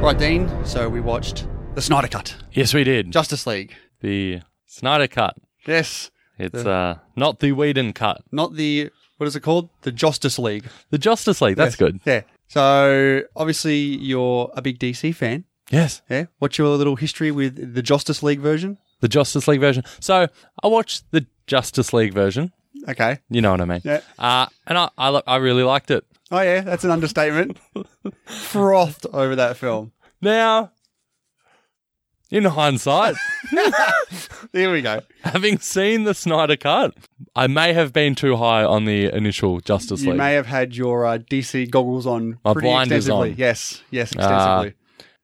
right, Dean. So we watched the Snyder Cut, Yes, we did. Justice League. the Snyder cut. Yes, It's uh, not the Whedon cut. not the what is it called? The Justice League. The Justice League. That's Yes. good. Yeah. So obviously you're a big DC fan. Yes. Yeah. What's your little history with the Justice League version? The Justice League version. So I watched the Justice League version. Okay. You know what I mean. Yeah. Uh, and I, I, li- I really liked it. Oh yeah, that's an understatement. Frothed over that film. Now, in hindsight, There we go. having seen the Snyder cut, I may have been too high on the initial Justice You League. may have had your uh, DC goggles on My pretty blinders extensively. on. Ah. Yes, yes, extensively.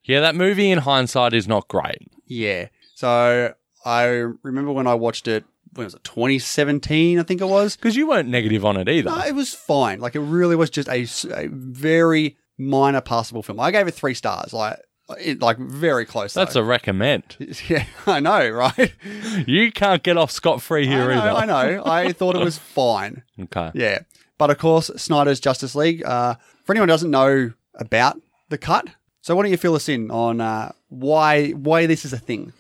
yeah, that movie in hindsight is not great. Yeah. So I remember when I watched it. When was it? 2017, I think it was. Because you weren't negative on it either. No, it was fine. Like it really was just a, s- a very minor passable film. I gave it three stars. Like, it, like very close. That's a recommend. a yeah. I know, right? You can't get off scot free I here know, either. I know. I thought it was fine. Okay. Yeah. But of course, Snyder's Justice League. Uh, for anyone who doesn't know about the cut, so why don't you fill us in on uh, why why this is a thing?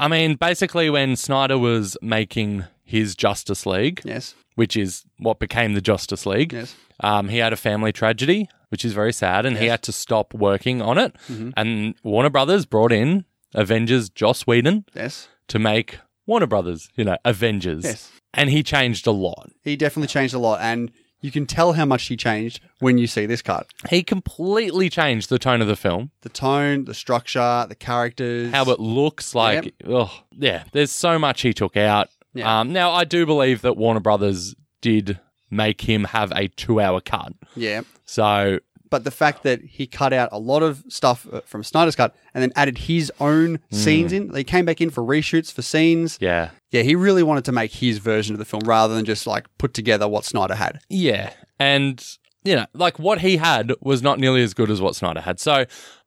I mean, basically, when Snyder was making his Justice League, Yes. which is what became the Justice League, Yes. um, he had a family tragedy, which is very sad, and he had to stop working on it. And Warner Brothers brought in Avengers Joss Whedon Yes. to make Warner Brothers, you know, Avengers. Yes. And he changed a lot. He definitely changed a lot, and you can tell how much he changed when you see this cut. He completely changed the tone of the film, The tone, the structure, the characters. how it looks like. Ugh, yeah, there's so much he took out. Yeah. Um, now, I do believe that Warner Brothers did make him have a two hour cut. Yeah. So, but the fact that he cut out a lot of stuff uh, from Snyder's cut and then added his own Mm. scenes in. They came back in for reshoots for scenes. yeah. Yeah, he really wanted to make his version of the film rather than just like put together what Snyder had. Yeah. And, you know, like what he had was not nearly as good as what Snyder had. So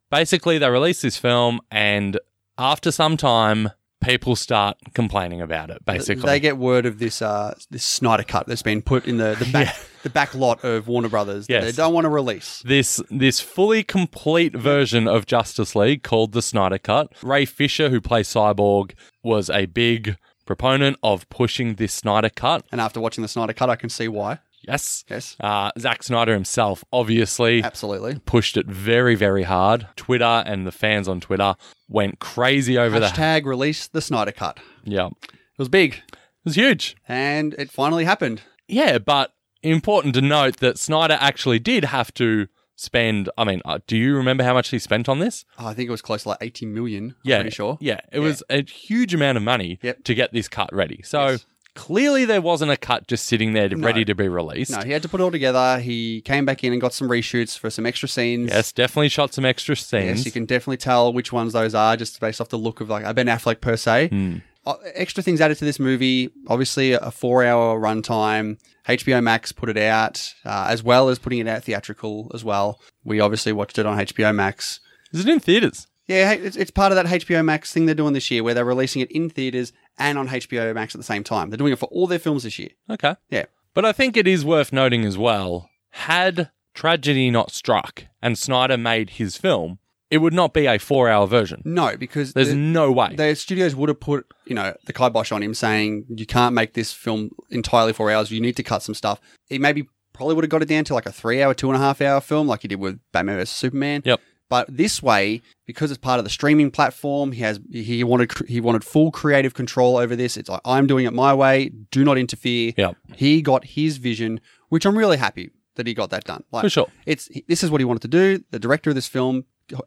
basically, they released this film, and after some time, people start complaining about it, basically. They get word of this uh, this Snyder cut that's been put in the the back, the back lot of Warner Brothers. that Yes. they don't want to release. this this fully complete version of Justice League called the Snyder Cut. Ray Fisher, who plays Cyborg, was a big proponent of pushing this Snyder Cut. And after watching the Snyder cut, I can see why. Yes. Yes, Uh, Zack Snyder himself, obviously, absolutely. pushed it very, very hard. Twitter and the fans on Twitter went crazy over that. Hashtag release the Snyder cut. It Yeah. It was big, was huge. and it finally happened. Yeah, but important to note that Snyder actually did have to spend. I mean, uh, do you remember how much he spent on this? Oh, I think it was close to like eighty million. I'm Yeah. pretty sure. Yeah. It was a huge amount of money Yep. to get this cut ready. So Yes. clearly there wasn't a cut just sitting there ready to be released. No, he had to put it all together. He came back in and got some reshoots for some extra scenes. Yes, definitely shot some extra scenes. Yes, you can definitely tell which ones those are just based off the look of like a Ben Affleck per se. Hmm. Uh, extra things added to this movie. Obviously, a four-hour runtime. HBO Max put it out, uh, as well as putting it out theatrical as well. We obviously watched it on HBO Max. Is it in theaters? Yeah, it's, it's part of that HBO Max thing they're doing this year, where they're releasing it in theaters and on HBO Max at the same time. They're doing it for all their films this year. Okay. Yeah. But I think it is worth noting as well had tragedy not struck and Snyder made his film, it would not be a four hour version. No, because There's the- no way. the studios would have put you know the kibosh on him, saying you can't make this film entirely four hours. You need to cut some stuff. He maybe probably would have got it down to like a three-hour, two and a half-hour film, like he did with Batman vs Superman. Yep. But this way, because it's part of the streaming platform, he has he wanted cr- he wanted full creative control over this. It's like I'm doing it my way. Do not interfere. Yep. He got his vision, which I'm really happy that he got that done. Like, For sure. it's this is what he wanted to do. The director of this film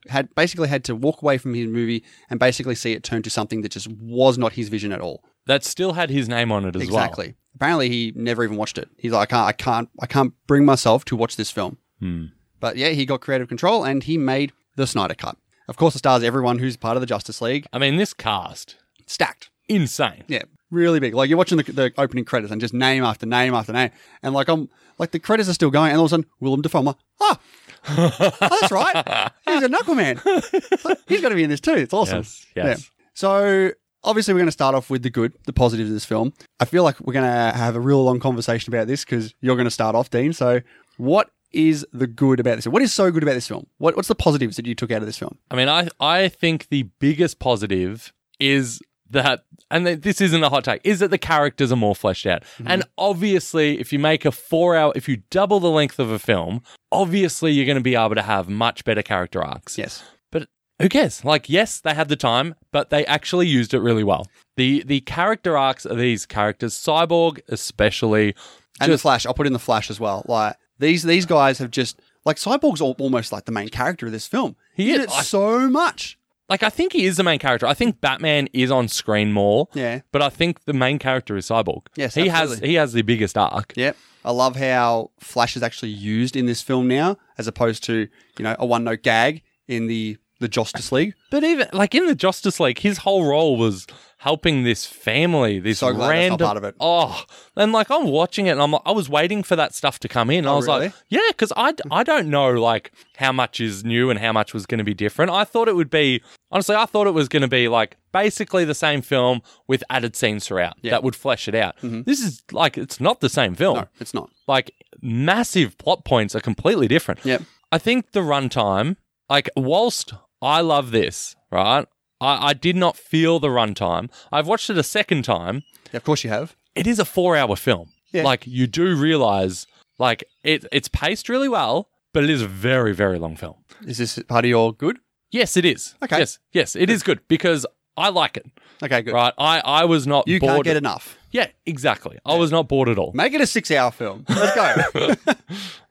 had basically had to walk away from his movie and basically see it turn to something that just was not his vision at all. That still had his name on it as well. exactly. Apparently, he never even watched it. He's like, I can't, I can't, I can't bring myself to watch this film. Hmm. But yeah, he got creative control and he made the Snyder Cut. Of course, it stars everyone who's part of the Justice League. I mean, this cast, Stacked. insane. Yeah, really big. Like you're watching the, the opening credits and just name after name after name, and like I'm like the credits are still going, and all of a sudden Willem Dafoe, I'm like, ah, oh, that's right, he's an Knuckleman. It's like, he's got to be in this too. It's awesome. Yes, yes. So obviously we're going to start off with the good, the positives of this film. I feel like we're going to have a real long conversation about this because you're going to start off, Dean. So what is the good about this? What is so good about this film? What, what's the positives that you took out of this film? I mean, I I think the biggest positive is that, and th- this isn't a hot take, is that the characters are more fleshed out. Mm-hmm. And obviously, if you make a four hour, if you double the length of a film, obviously you're going to be able to have much better character arcs. Yes. But who cares? Like, yes, they had the time, but they actually used it really well. The the character arcs of these characters, Cyborg especially, And the Flash, I'll put in the Flash as well. Like these these guys have just like Cyborg's al- almost like the main character of this film. He He's in is. it I- so much. like I think he is the main character. I think Batman is on screen more. Yeah. But I think the main character is Cyborg. Yes, he absolutely. has he has the biggest arc. Yep. I love how Flash is actually used in this film now, as opposed to you know a one note gag in the the Justice League. But even like in the Justice League, his whole role was helping this family, this So glad that's not random part of it. Oh, and like I'm watching it, and I'm like, I was waiting for that stuff to come in. and I Oh, was really? like, yeah, because I d- I don't know like how much is new and how much was going to be different. I thought it would be honestly, I thought it was going to be like basically the same film with added scenes throughout that would flesh it out. This is like it's not the same film. Mm-hmm. No, it's not. Like massive plot points are completely different. Yep. I think the runtime, like, whilst I love this, right? I, I did not feel the runtime. I've watched it a second time. Yeah, of course you have. It is a four hour film. Yeah. Like, you do realize, like, it, it's paced really well, but it is a very, very long film. Is this part of your good? Yes, it is. Okay. Yes, yes, it is good because I like it, Okay, good. right? I, I was not You bored. can't get enough. yeah, exactly. I was not bored at all. Make it a six hour film. Let's go.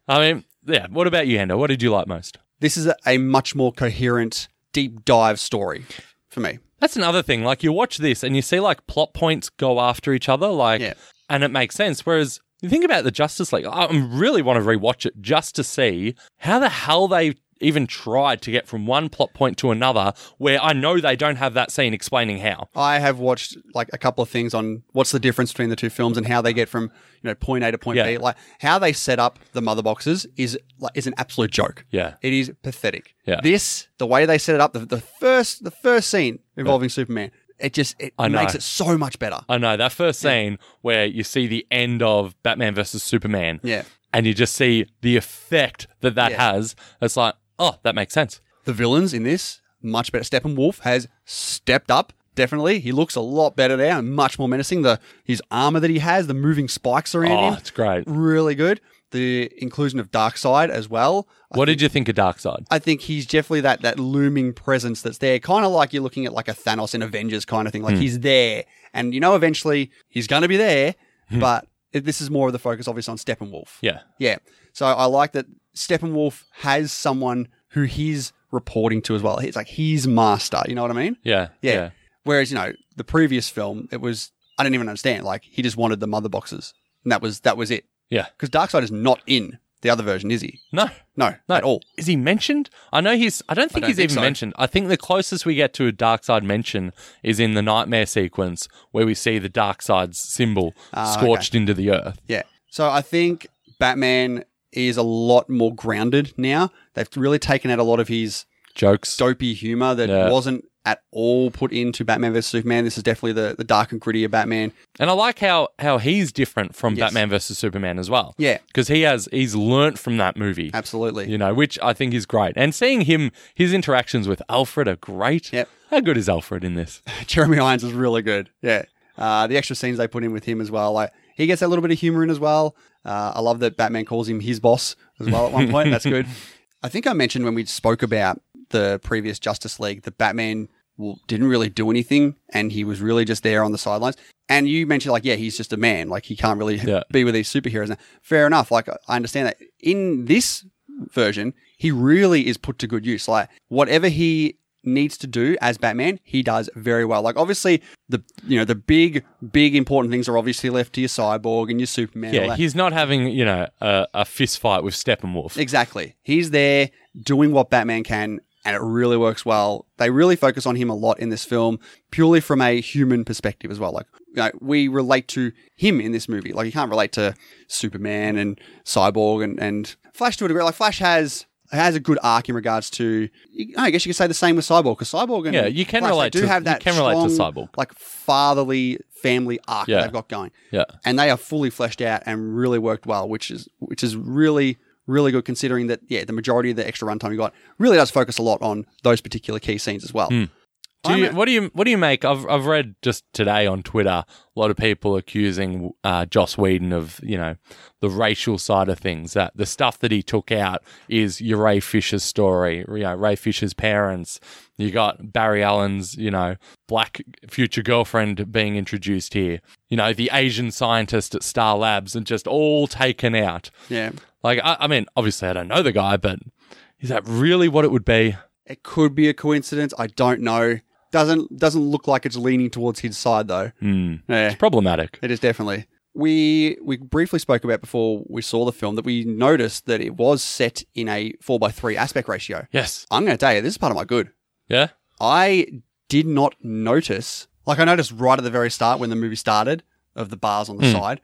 I mean, yeah, what about you, Hendo? What did you like most? this is a, a much more coherent, deep dive story for me. That's another thing. Like you watch this and you see like plot points go after each other, like, Yeah. and it makes sense. Whereas you think about the Justice League, I I really want to rewatch it just to see how the hell they even tried to get from one plot point to another, where I know they don't have that scene explaining how. I have watched like a couple of things on what's the difference between the two films and how they get from you know point A to point Yeah. B. Like how they set up the mother boxes is like is an absolute joke. Yeah. It is pathetic. Yeah. This the way they set it up the, the first the first scene involving Superman it just it know. makes it so much better. I know that first scene where you see the end of Batman versus Superman, Yeah. and you just see the effect that that Yeah. has. It's like, oh, that makes sense. The villains in this much better. Steppenwolf has stepped up. Definitely, he looks a lot better now and much more menacing. The his armor that he has, the moving spikes around Oh, him, it's great. really good. The inclusion of Darkseid as well. What did you think of Darkseid? I think he's definitely that that looming presence that's there, kind of like you're looking at like a Thanos in Avengers kind of thing. Like he's there, and you know eventually he's going to be there, but it, this is more of the focus, obviously, on Steppenwolf. Yeah. Yeah. So I like that Steppenwolf has someone who he's reporting to as well. He's like he's master. You know what I mean? Yeah. Yeah. Whereas you know the previous film, it was I didn't even understand. Like he just wanted the mother boxes, and that was that was it. Yeah. Because Darkseid is not in the other version, is he? No. No, No. at all. Is he mentioned? I know he's. I don't think don't he's think even so. mentioned. I think the closest we get to a dark side mention is in the nightmare sequence where we see the dark side's symbol Ah, okay. scorched into the earth. Yeah. So I think Batman is a lot more grounded now. They've really taken out a lot of his Jokes. dopey humor that Yeah. wasn't at all put into Batman vs Superman. This is definitely the, the dark and gritty of Batman. And I like how how he's different from Yes. Batman versus Superman as well. Yeah. Because he has he's learnt from that movie. Absolutely. You know, which I think is great. And seeing him, his interactions with Alfred are great. Yep. How good is Alfred in this? Jeremy Irons is really good. Yeah. Uh, the extra scenes they put in with him as well, like he gets a little bit of humor in as well. Uh, I love that Batman calls him his boss as well at one point. That's good. I think I mentioned when we spoke about the previous Justice League that Batman w- didn't really do anything and he was really just there on the sidelines. And you mentioned like, yeah, he's just a man. Like he can't really Yeah. be with these superheroes. Now, fair enough. Like I I understand that. In this version, he really is put to good use. Like whatever he needs to do as Batman, he does very well. Like obviously the you know the big big important things are obviously left to your cyborg and your Superman. and all Yeah, that. he's not having, you know, a, a fist fight with Steppenwolf. Exactly. He's there doing what Batman can, and it really works well. They really focus on him a lot in this film, purely from a human perspective as well. Like, you know, we relate to him in this movie. Like, you can't relate to Superman and Cyborg and, and Flash to a degree. Like, Flash has. Has a good arc in regards to, I guess you could say the same with Cyborg because Cyborg and Yeah, you can Flash, they relate do to- have you that can relate to strong, Cyborg. like fatherly family arc Yeah. that they've got going Yeah. and they are fully fleshed out and really worked well, which is which is really really good considering that, yeah, the majority of the extra runtime you got really does focus a lot on those particular key scenes as well. Do you, I'm- what do you what do you make? I've I've read just today on Twitter a lot of people accusing uh, Joss Whedon of you know the racial side of things that the stuff that he took out is your Ray Fisher's story, you know, Ray Fisher's parents. You got Barry Allen's you know black future girlfriend being introduced here. You know the Asian scientist at Star Labs and just all taken out. Yeah. Like I, I mean, obviously I don't know the guy, but is that really what it would be? It could be a coincidence. I don't know. Doesn't doesn't look like it's leaning towards his side though. Hmm. Yeah, Problematic. it is definitely. We we briefly spoke about before we saw the film that we noticed that it was set in a four by three aspect ratio. Yes. I'm going to tell you, this is part of my good. Yeah. I did not notice. Like I noticed right at the very start when the movie started of the bars on the Hmm. side,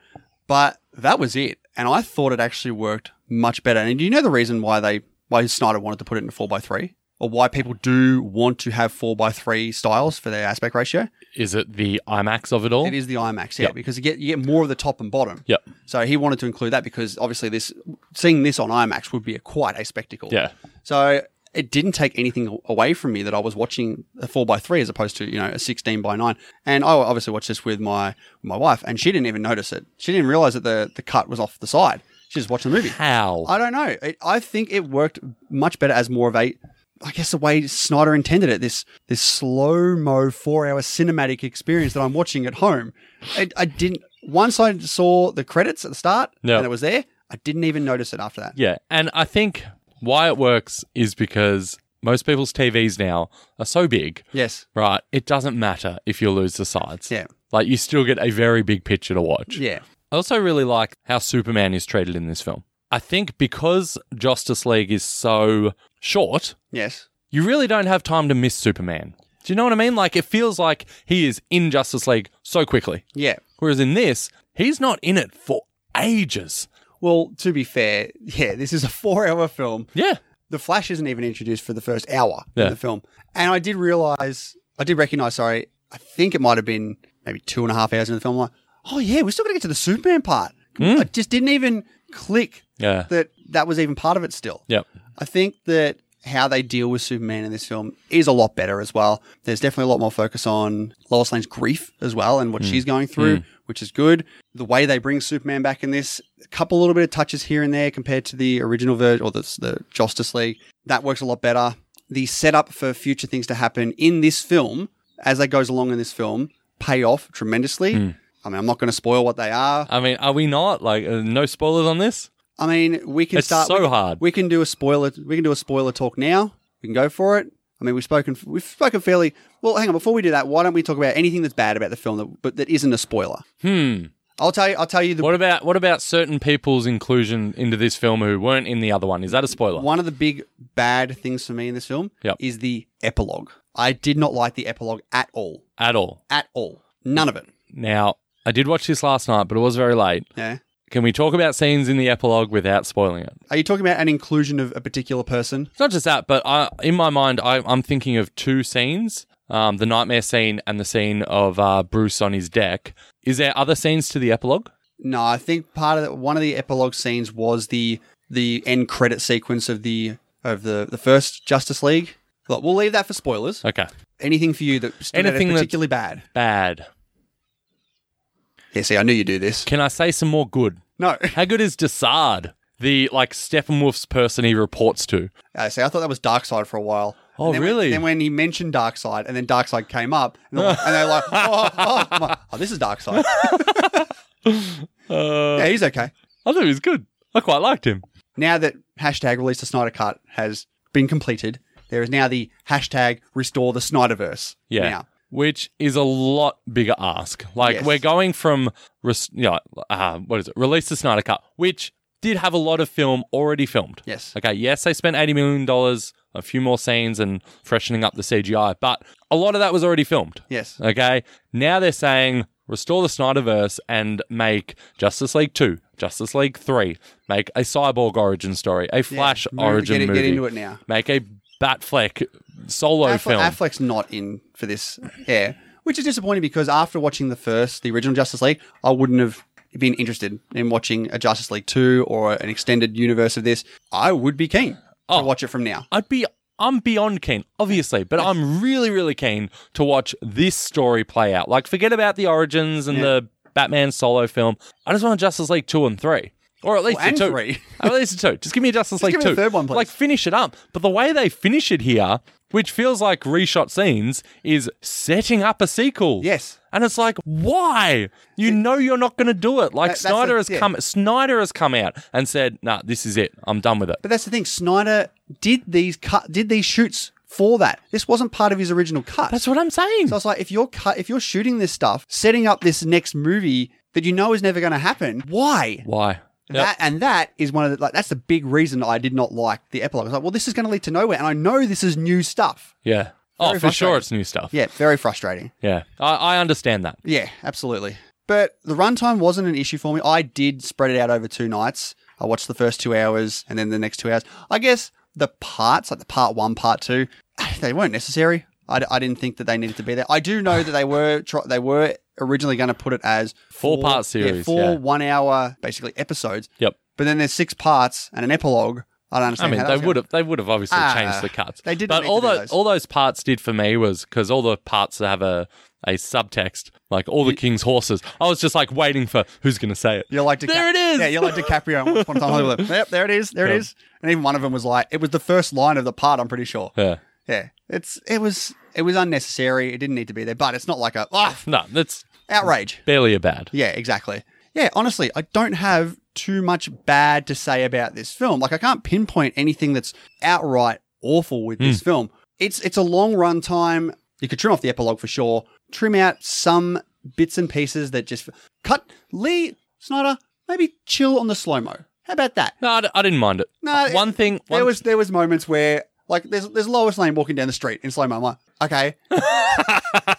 but that was it. And I thought it actually worked much better. And do you know the reason why they why Snyder wanted to put it in a four by three, or why people do want to have four by three styles for their aspect ratio? Is it the IMAX of it all? It is the IMAX, yeah, Yep. because you get you get more of the top and bottom. Yep. So he wanted to include that because obviously this seeing this on IMAX would be a, quite a spectacle. Yeah. So it didn't take anything away from me that I was watching a four by three as opposed to you know a sixteen by nine. And I obviously watched this with my my wife, and she didn't even notice it. She didn't realize that the the cut was off the side. She just watched the movie. How? I don't know. It, I think it worked much better as more of a, I guess, the way Snyder intended it. This this slow mo four hour cinematic experience that I'm watching at home. I, I didn't. Once I saw the credits at the start Yeah. and it was there, I didn't even notice it after that. yeah. And I think why it works is because most people's TVs now are so big, Yes. right? It doesn't matter if you lose the sides. Yeah. Like you still get a very big picture to watch. Yeah. I also really like how Superman is treated in this film. I think because Justice League is so short, Yes. you really don't have time to miss Superman. Do you know what I mean? Like it feels like he is in Justice League so quickly. Yeah. Whereas in this, he's not in it for ages. Well, to be fair, yeah, this is a four hour film. Yeah. the Flash isn't even introduced for the first hour Yeah. of the film. And I did realize, I did recognize, sorry, I think it might have been maybe two and a half hours into the film. I'm like, oh yeah, we're still going to get to the Superman part. I just didn't even click Yeah. that that was even part of it still. Yep. I think that how they deal with Superman in this film is a lot better as well. There's definitely a lot more focus on Lois Lane's grief as well and what Mm. she's going through, which is good. The way they bring Superman back in this, a couple little bit of touches here and there compared to the original version or the, the Justice League, that works a lot better. The setup for future things to happen in this film, as that goes along in this film, pay off tremendously. Mm. I mean, I'm not going to spoil what they are. I mean, are we not like uh, no spoilers on this? I mean, we can It's start. so we- hard. We can do a spoiler. We can do a spoiler talk now. We can go for it. I mean, we've spoken. We've spoken fairly. Well, hang on. Before we do that, why don't we talk about anything that's bad about the film, that, but that isn't a spoiler? Hmm. I'll tell you. I'll tell you the What about what about certain people's inclusion into this film who weren't in the other one? Is that a spoiler? one of the big bad things for me in this film Yep. is the epilogue. I did not like the epilogue at all. At all? At all. None of it. Now, I did watch this last night, but it was very late. Yeah. Can we talk about scenes in the epilogue without spoiling it? Are you talking about an inclusion of a particular person? It's not just that, but I, in my mind, I, I'm thinking of two scenes: um, the nightmare scene and the scene of uh, Bruce on his deck. Is there other scenes to the epilogue? No, I think part of the, one of the epilogue scenes was the the end credit sequence of the of the the first Justice League. Look, we'll leave that for spoilers. Okay, Anything for you that stood out as Anything that's- particularly bad? bad. Yeah, see, I knew you'd do this. Can I say some more good? No, How good is Desard, the like Steppenwolf's person he reports to? I Uh, see. I thought that was Dark Side for a while. Oh, And then when- really? then when he mentioned Dark Side, and then Dark Side came up, and they're like, and they're like oh, oh, my- oh, this is Dark Side. Uh, yeah, he's okay. I thought he was good. I quite liked him. Now that hashtag release the Snyder Cut has been completed, there is now the hashtag restore the Snyderverse. Yeah. Now. Which is a lot bigger ask. Like Yes. we're going from, res- you know, uh, what is it? Release the Snyder Cut, which did have a lot of film already filmed. Yes. Okay, yes, they spent eighty million dollars, a few more scenes, and freshening up the CGI, but a lot of that was already filmed. Yes. Okay. Now they're saying restore the Snyderverse and make Justice League 2, Justice League 3, make a cyborg origin story, a Flash Move- origin get, it- movie, Get into it now. make a Batfleck solo Affle- film. Affleck's not in for this. Yeah. Which is disappointing because after watching the first, the original Justice League, I wouldn't have been interested in watching a Justice League 2 or an extended universe of this, I would be keen Oh. to watch it from now. I'd be I'm beyond keen, obviously, but I'm really, really keen to watch this story play out. Like, forget about the origins and Yeah. the Batman solo film. I just want Justice League two and three, or at least Well, and the two. three. at least the Oh, two. Just give me a Justice League give me the two. third one, please. Like, finish it up. But the way they finish it here, which feels like reshot scenes, is setting up a sequel. Yes. And it's like, why? You know you're not going to do it. Like That- that's Snyder the- has yeah. come. Snyder has come out and said, "Nah, this is it. I'm done with it." But that's the thing. Snyder did these cut, did these shoots for that. This wasn't part of his original cut. That's what I'm saying. so I was like, if you're cut, if you're shooting this stuff, setting up this next movie that you know is never going to happen, why? Why? That and that is one of the like that's the big reason I did not like the epilogue. I was like, well, this is going to lead to nowhere, and I know this is new stuff. Yeah. Oh, Very for sure, frustrating. it's new stuff. Yeah, very frustrating. Yeah. I, I understand that. Yeah, absolutely. But the runtime wasn't an issue for me. I did spread it out over two nights. I watched the first two hours and then the next two hours. I guess the parts, like the part one, part two, they weren't necessary. I, d- I didn't think that they needed to be there. I do know that they were tr- they were originally going to put it as Four part yeah, series, four yeah. one hour basically episodes. Yep. But then there's six parts and an epilogue. I don't I understand. mean, how that they was gonna- would have. They would have obviously Ah, changed the cuts. they didn't But need all to do tho- those. all those parts did for me was because all the parts that have a a subtext, like all the king's horses. I was just like waiting for who's going to say it. You're like DiCap- There it is! Yeah, you're like DiCaprio in Once Upon a Time in Hollywood. Yep, there it is. There Yeah. it is. And even one of them was like, it was the first line of the part. I'm pretty sure. Yeah. Yeah, it's it was it was unnecessary. It didn't need to be there, but it's not like a ah No, that's outrage. barely a bad. Yeah, exactly. Yeah, honestly, I don't have too much bad to say about this film. Like I can't pinpoint anything that's outright awful with Hmm. this film. It's it's a long run time. You could trim off the epilogue for sure. Trim out some bits and pieces that just cut Lee Snyder, maybe chill on the slow-mo. How about that? No, I, d- I didn't mind it. No, Uh, it- Uh, one thing. There one- was there was moments where like there's there's Lois Lane walking down the street in slow-mo. I'm like, okay,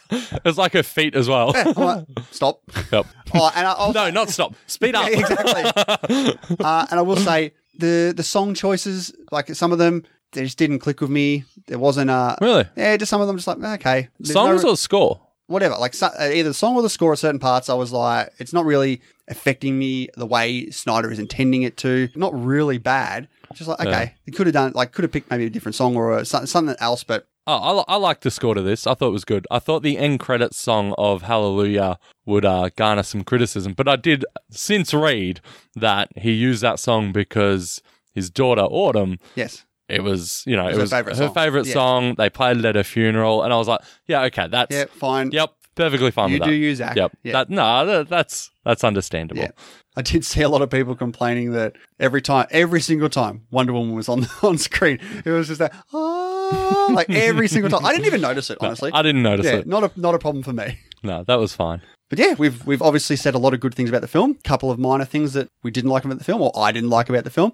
it was like her feet as well. I'm like, stop. Yep. Oh, and I, I'll, No, not stop. Speed up. Yeah, exactly. uh, and I will say the the song choices, like some of them, they just didn't click with me. There wasn't a really? yeah, just some of them, just like "Eh, okay, There's Songs no- or score? whatever, like so, uh, either the song or the score at certain parts. I was like, it's not really affecting me the way Snyder is intending it to. Not really bad. Just like okay, it could have done like could have picked maybe a different song or a, so- something else, but Oh, I, li- I like the score to this. I thought it was good. I thought the end credits song of Hallelujah would uh, garner some criticism, but I did since read that he used that song because his daughter Autumn, yes, it was you know it was was, her favourite her song. favorite Yeah. song. They played it at her funeral, and I was like, yeah, okay, that's yeah, fine. yep, perfectly fine you with do that. use that. Yep, Yeah. that no, that, that's that's understandable. Yeah. I did see a lot of people complaining that every time, every single time Wonder Woman was on on screen, it was just that, oh, like every single time. I didn't even notice it, honestly. I didn't notice yeah, it. not a not a problem for me. No, that was fine. But yeah, we've we've obviously said a lot of good things about the film. A couple of minor things that we didn't like about the film, or I didn't like about the film.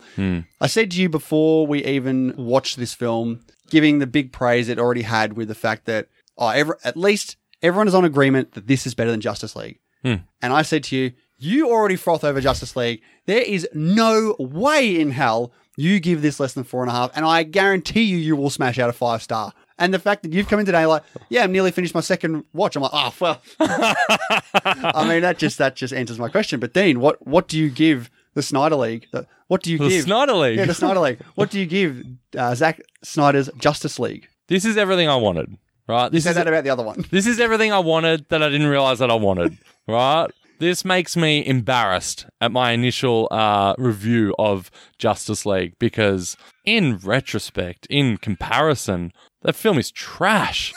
I said to you before we even watched this film, giving the big praise it already had with the fact that oh, ever, at least everyone is on agreement that this is better than Justice League. Hmm. And I said to you, you already froth over Justice League. There is no way in hell you give this less than four and a half, and I guarantee you, you will smash out a five star. And the fact that you've come in today, like, yeah, I'm nearly finished my second watch. I'm like, oh well. I mean, that just that just answers my question. But Dean, what what do you give the Snyder League? The- What do you The give? Snyder League. yeah, the Snyder League. What do you give uh, Zack Snyder's Justice League? this is everything I wanted. Right. This Say is that about the other one. This is everything I wanted that I didn't realize that I wanted, right? This makes me embarrassed at my initial uh, review of Justice League because, in retrospect, in comparison, that film is trash.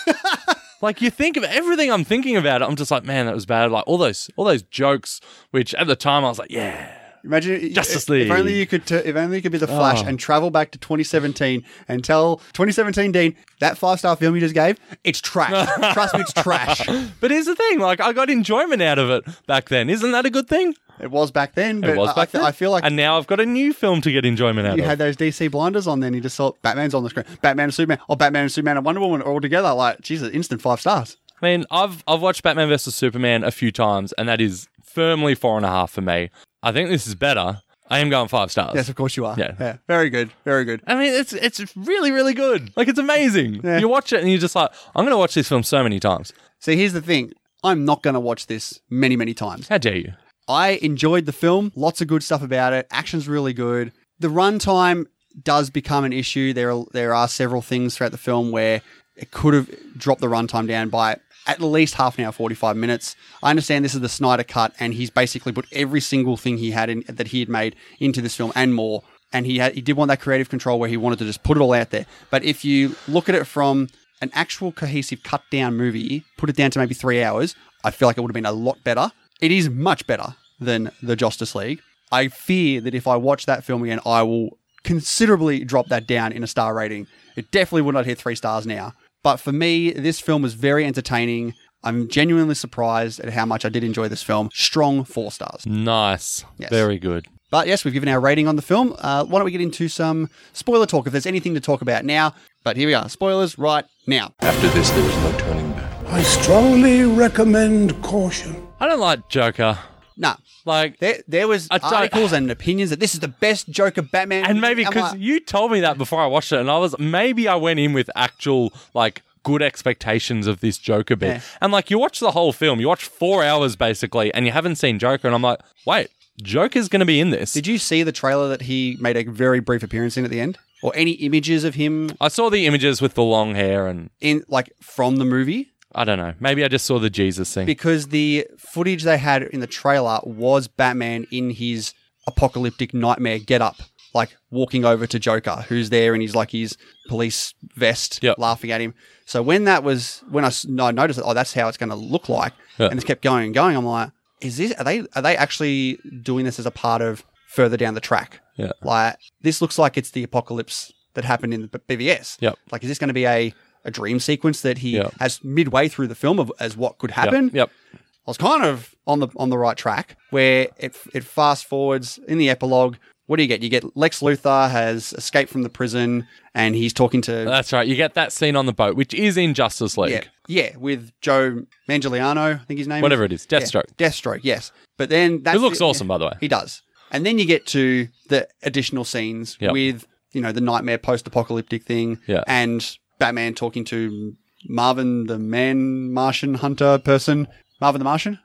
like you think of everything I'm thinking about, it, I'm just like, man, that was bad. Like all those, all those jokes, which at the time I was like, yeah, Imagine Justice if- If only League. you could. T- if only you could be the Flash Oh. and travel back to 2017 and tell 2017 Dean that five star film you just gave, it's trash. Trust me, it's trash. but here's the thing, like I got enjoyment out of it back then. Isn't that a good thing? It was back then, but It was I, I back fe- then. I feel like and now I've got a new film to get enjoyment out you of. had those DC blinders on. Then you just saw Batman's on the screen. Batman and Superman, or Batman and Superman and Wonder Woman are all together. Like Jesus, instant five stars. I mean, I've I've watched Batman vs Superman a few times, and that is firmly four and a half for me. I think this is better. I am going five stars. Yes, of course you are. Yeah. yeah. Very good. Very good. I mean, it's it's really really good. Like it's amazing. You watch it and you're just like, I'm going to watch this film so many times. See, here's the thing. I'm not going to watch this many, many times. How dare you? I enjoyed the film. Lots of good stuff about it. Action's really good. The runtime does become an issue. There are, there are several things throughout the film where it could have dropped the runtime down by at least half an hour, 45 minutes. I understand this is the Snyder cut, and he's basically put every single thing he had in, that he had made into this film and more. And he had, he did want that creative control where he wanted to just put it all out there. But if you look at it from an actual cohesive cut down movie, put it down to maybe three hours, I feel like it would have been a lot better. It is much better than the Justice League. I fear that if I watch that film again, I will considerably drop that down in a star rating. It definitely would not hit three stars now. But for me, this film was very entertaining. I'm genuinely surprised at how much I did enjoy this film. Strong four stars. Nice. Yes. Very good. But yes, we've given our rating on the film. Uh, why don't we get into some spoiler talk if there's anything to talk about now? But here we are. Spoilers right now. After this, there is no turning back. I strongly recommend caution. I don't like Joker. Nah, Like, there, there was I don't- articles and opinions that this is the best Joker Batman. and maybe I'm because like- you told me that before I watched it, and I was maybe I went in with actual like good expectations of this Joker bit, Yeah. and like you watch the whole film, you watch four hours basically, and you haven't seen Joker, and I'm like, wait, Joker's going to be in this. Did you see the trailer that he made a very brief appearance in at the end? Or any images of him I saw the images with the long hair, and in like from the movie? I don't know, maybe I just saw the Jesus thing. because the footage they had in the trailer was Batman in his apocalyptic nightmare getup, like walking over to Joker, who's there in his like his police vest, Yep. laughing at him. So when that was when I, s- I noticed that, oh, that's how it's going to look like, Yeah. and it's kept going and going. I'm like, is this are they are they actually doing this as a part of further down the track? Yeah. Like this looks like it's the apocalypse that happened in the B- BVS. Yep. Like, is this going to be a a dream sequence that he Yep. has midway through the film of as what could Yep, happen? yep. I was kind of on the on the right track where it it fast forwards in the epilogue. What do you get? You get Lex Luthor has escaped from the prison and he's talking to That's right. You get that scene on the boat, which is in Justice League, yeah, yeah with Joe Manganiello, I think his name whatever is. it is, Deathstroke. Deathstroke, yes. But then that's Who looks the- awesome, by the way. He does. And then you get to the additional scenes Yep. with, you know, the nightmare post apocalyptic thing Yeah. and Batman talking to Marvin the man Martian hunter person. Marvin the Martian?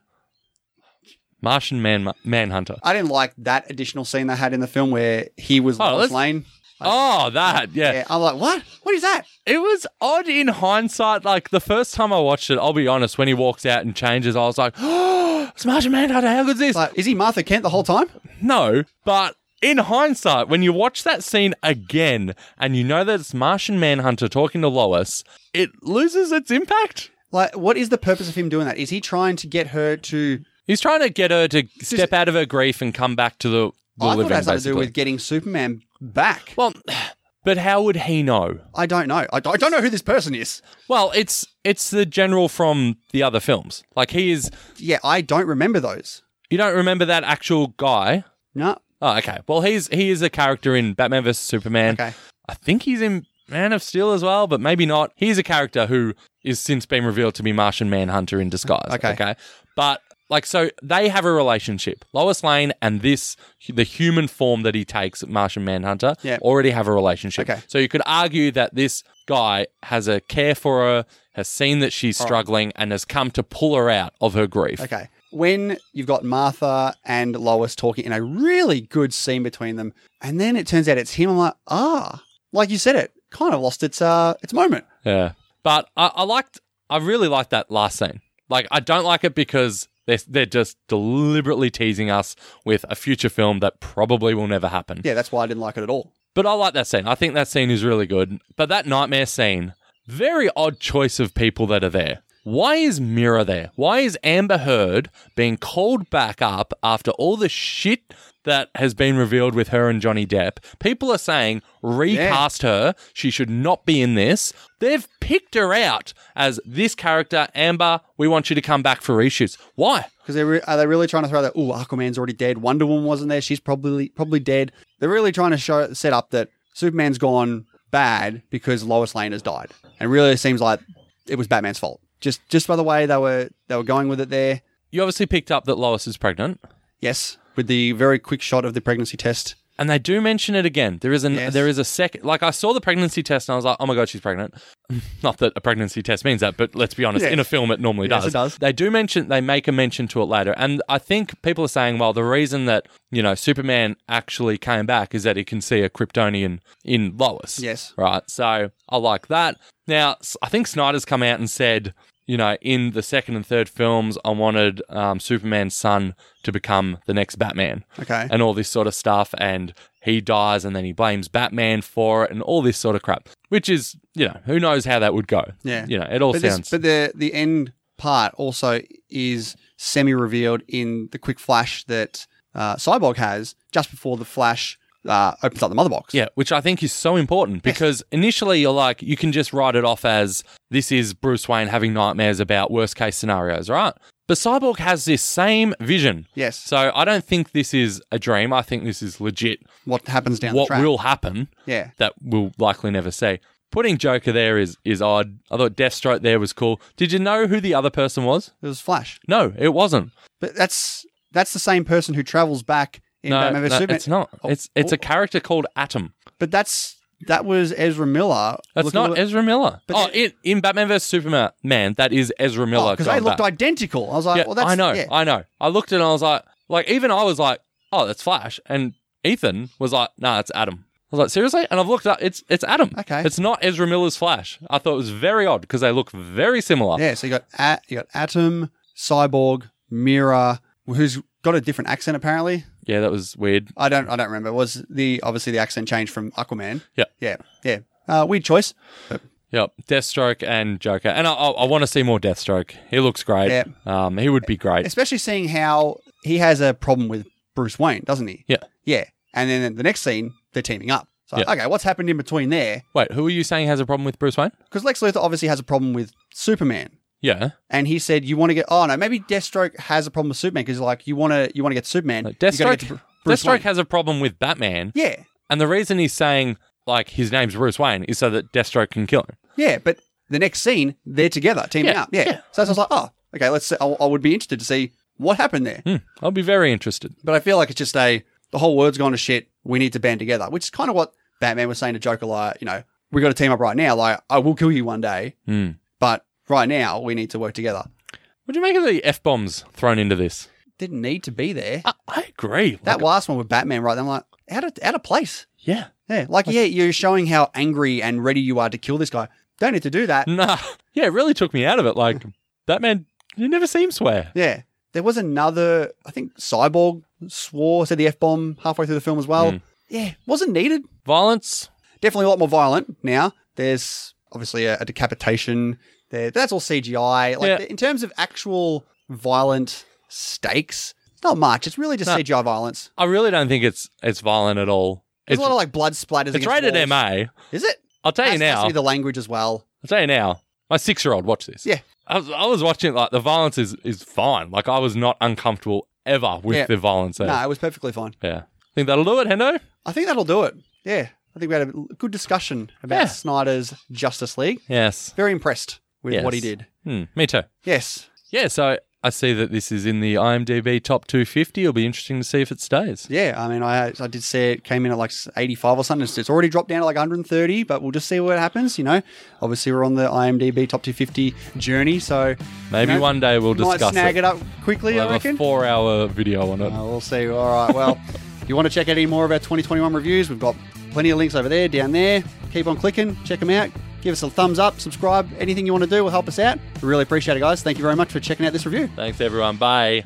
Martian Man Manhunter. I didn't like that additional scene they had in the film where he was Oh, Lois that's- Lane. Oh, that yeah. Yeah, I'm like, what? What is that? It was odd in hindsight. Like the first time I watched it, I'll be honest. When he walks out and changes, I was like, "Oh, it's Martian Manhunter! How good's this?" Like, is he Martha Kent the whole time? no, but in hindsight, when you watch that scene again and you know that it's Martian Manhunter talking to Lois, it loses its impact. Like, what is the purpose of him doing that? Is he trying to get her to? He's trying to get her to step out of her grief and come back to the, the Oh, I thought it living. had something to do basically. with getting Superman back. well, but how would he know? I don't know. I don't, I don't know who this person is. Well, it's it's the general from the other films. Like he is. Yeah, I don't remember those. You don't remember that actual guy. No. Oh, okay. Well, he's he is a character in Batman vs Superman. Okay. I think he's in Man of Steel as well, but maybe not. He's a character who is since been revealed to be Martian Manhunter in disguise. Okay. Okay. But like, so they have a relationship. Lois Lane and this the human form that he takes, Martian Manhunter, Yeah. already have a relationship. Okay. So you could argue that this guy has a care for her, has seen that she's struggling, and has come to pull her out of her grief. Okay. When you've got Martha and Lois talking in a really good scene between them, and then it turns out it's him. I'm like, ah, like you said, it kind of lost its uh its moment. Yeah. But I, I liked, I really liked that last scene. Like, I don't like it because they're, they're just deliberately teasing us with a future film that probably will never happen. Yeah, that's why I didn't like it at all. But I like that scene. I think that scene is really good. But that nightmare scene, very odd choice of people that are there. Why is Mira there? Why is Amber Heard being called back up after all the shit that has been revealed with her and Johnny Depp? People are saying recast her. She should not be in this. They've picked her out as this character, Amber. We want you to come back for reshoots. Why? Because they re- are they really trying to throw that? Oh, Aquaman's already dead. Wonder Woman wasn't there. She's probably probably dead. They're really trying to show set up that Superman's gone bad because Lois Lane has died, and really it seems like it was Batman's fault. Just just by the way they were they were going with it there. You obviously picked up that Lois is pregnant. Yes, with the very quick shot of the pregnancy test. And they do mention it again. There is an Yes. there is a second like I saw the pregnancy test and I was like, oh my god, she's pregnant. Not that a pregnancy test means that, but let's be honest, Yeah. in a film it normally Yes, does. it does. They do mention they make a mention to it later. And I think people are saying, well, the reason that, you know, Superman actually came back is that he can see a Kryptonian in Lois. Yes. Right. So I like that. Now, S- I think Snyder's come out and said, you know, in the second and third films, I wanted um, Superman's son to become the next Batman Okay. and all this sort of stuff. And he dies and then he blames Batman for it and all this sort of crap, which is, you know, who knows how that would go. Yeah. You know, it all but, this- sounds. but the the end part also is semi revealed in the quick flash that uh, Cyborg has just before the flash uh, opens up the mother box. Yeah, which I think is so important because initially you're like, you can just write it off as this is Bruce Wayne having nightmares about worst case scenarios, right? But Cyborg has this same vision. Yes. So I don't think this is a dream. I think this is legit what happens down the what track? will happen yeah. that we'll likely never see. Putting Joker there is is odd. I thought Deathstroke there was cool. Did you know who the other person was? It was Flash, No, it wasn't. but that's that's the same person who travels back in no, Batman vs no, Superman. it's not. Oh, it's it's a oh, character called Atom. but that's that was Ezra Miller. That's looking a not little- Ezra Miller. But oh, then- in, in Batman vs Superman, man, that is Ezra Miller. Oh, because they going looked back. identical. I was like, yeah, well, that's I know, yeah. I know. I looked at it and I was like, like even I was like, oh, that's Flash, and Ethan was like, nah, it's Adam. I was like, seriously? And I've looked up. It's it's Adam. Okay. It's not Ezra Miller's Flash. I thought it was very odd because they look very similar. Yeah, so you got At, you got Atom, Cyborg, Mira, who's got a different accent apparently. Yeah, that was weird. I don't I don't remember. It was the obviously the accent change from Aquaman. Yeah. Yeah. Yeah. Uh, weird choice. Yep, Deathstroke and Joker, and I, I, I want to see more Deathstroke. He looks great. Yeah. Um, he would be great. Especially seeing how he has a problem with Bruce Wayne, doesn't he? Yeah. Yeah. And then the next scene, they're teaming up. So Yeah. okay, what's happened in between there? Wait, who are you saying has a problem with Bruce Wayne? Because Lex Luthor obviously has a problem with Superman. Yeah, And he said, "You want to get? Oh no, maybe Deathstroke has a problem with Superman because like you want to, you want to get Superman. like, you gotta get Deathstroke. to Bru- Bruce Deathstroke Wayne. has a problem with Batman, yeah, and the reason he's saying like his name's Bruce Wayne is so that Deathstroke can kill him. Yeah, but the next scene, they're together, teaming Yeah, up. Yeah. yeah. So I was like, oh, okay, let's. I, I would be interested to see what happened there. Hmm, I'll be very interested. But I feel like it's just a the whole world's gone to shit. We need to band together, which is kind of what Batman was saying to Joker. Like, you know, we got to team up right now. Like, I will kill you one day, Hmm. but right now we need to work together. What do you make of the f bombs thrown into this? Didn't need to be there. I, I agree. Like, that last one with Batman, right? Then I'm like, out of out of place. yeah. Yeah, like, yeah, you're showing how angry and ready you are to kill this guy. Don't need to do that. Nah. Yeah, it really took me out of it. Like Batman, you never see him swear. Yeah. There was another, I think Cyborg swore, said the F bomb halfway through the film as well. Hmm. Yeah. Wasn't needed. Violence. Definitely a lot more violent now. There's obviously a, a decapitation. There, that's all CGI. Like Yeah. in terms of actual violent stakes, not much. It's really just No. CGI violence. I really don't think it's it's violent at all. There's It's, a lot of like blood splatters. it's against rated walls. MA. Is it? I'll tell you Has- has to now. be the language as well. I'll tell you now. My six year old watched this. Yeah. I was, I was watching it, like the violence is, is fine. Like I was not uncomfortable ever with Yeah. the violence. There. No, it was perfectly fine. Yeah. Think that'll do it, Hendo? I think that'll do it. Yeah. I think we had a good discussion about Yeah. Snyder's Justice League. Yes. Very impressed with what he Yes. did. Hmm, me too. Yes. Yeah, so I see that this is in the IMDb top 250. It'll be interesting to see if it stays. Yeah, I mean, I I did say it came in at like 85 or something. It's, it's already dropped down to like 130, but we'll just see what happens. You know, obviously we're on the IMDb top 250 journey, so Maybe you know, one day we'll might discuss snag it. it. up quickly. We'll I have a reckon. four hour video on it. Uh, we'll see. All right. Well, if you want to check out any more of our 2021 reviews, we've got plenty of links over there, down there. Keep on clicking, check them out. Give us a thumbs up, subscribe. Anything you want to do will help us out. We really appreciate it, guys. Thank you very much for checking out this review. Thanks, everyone. Bye.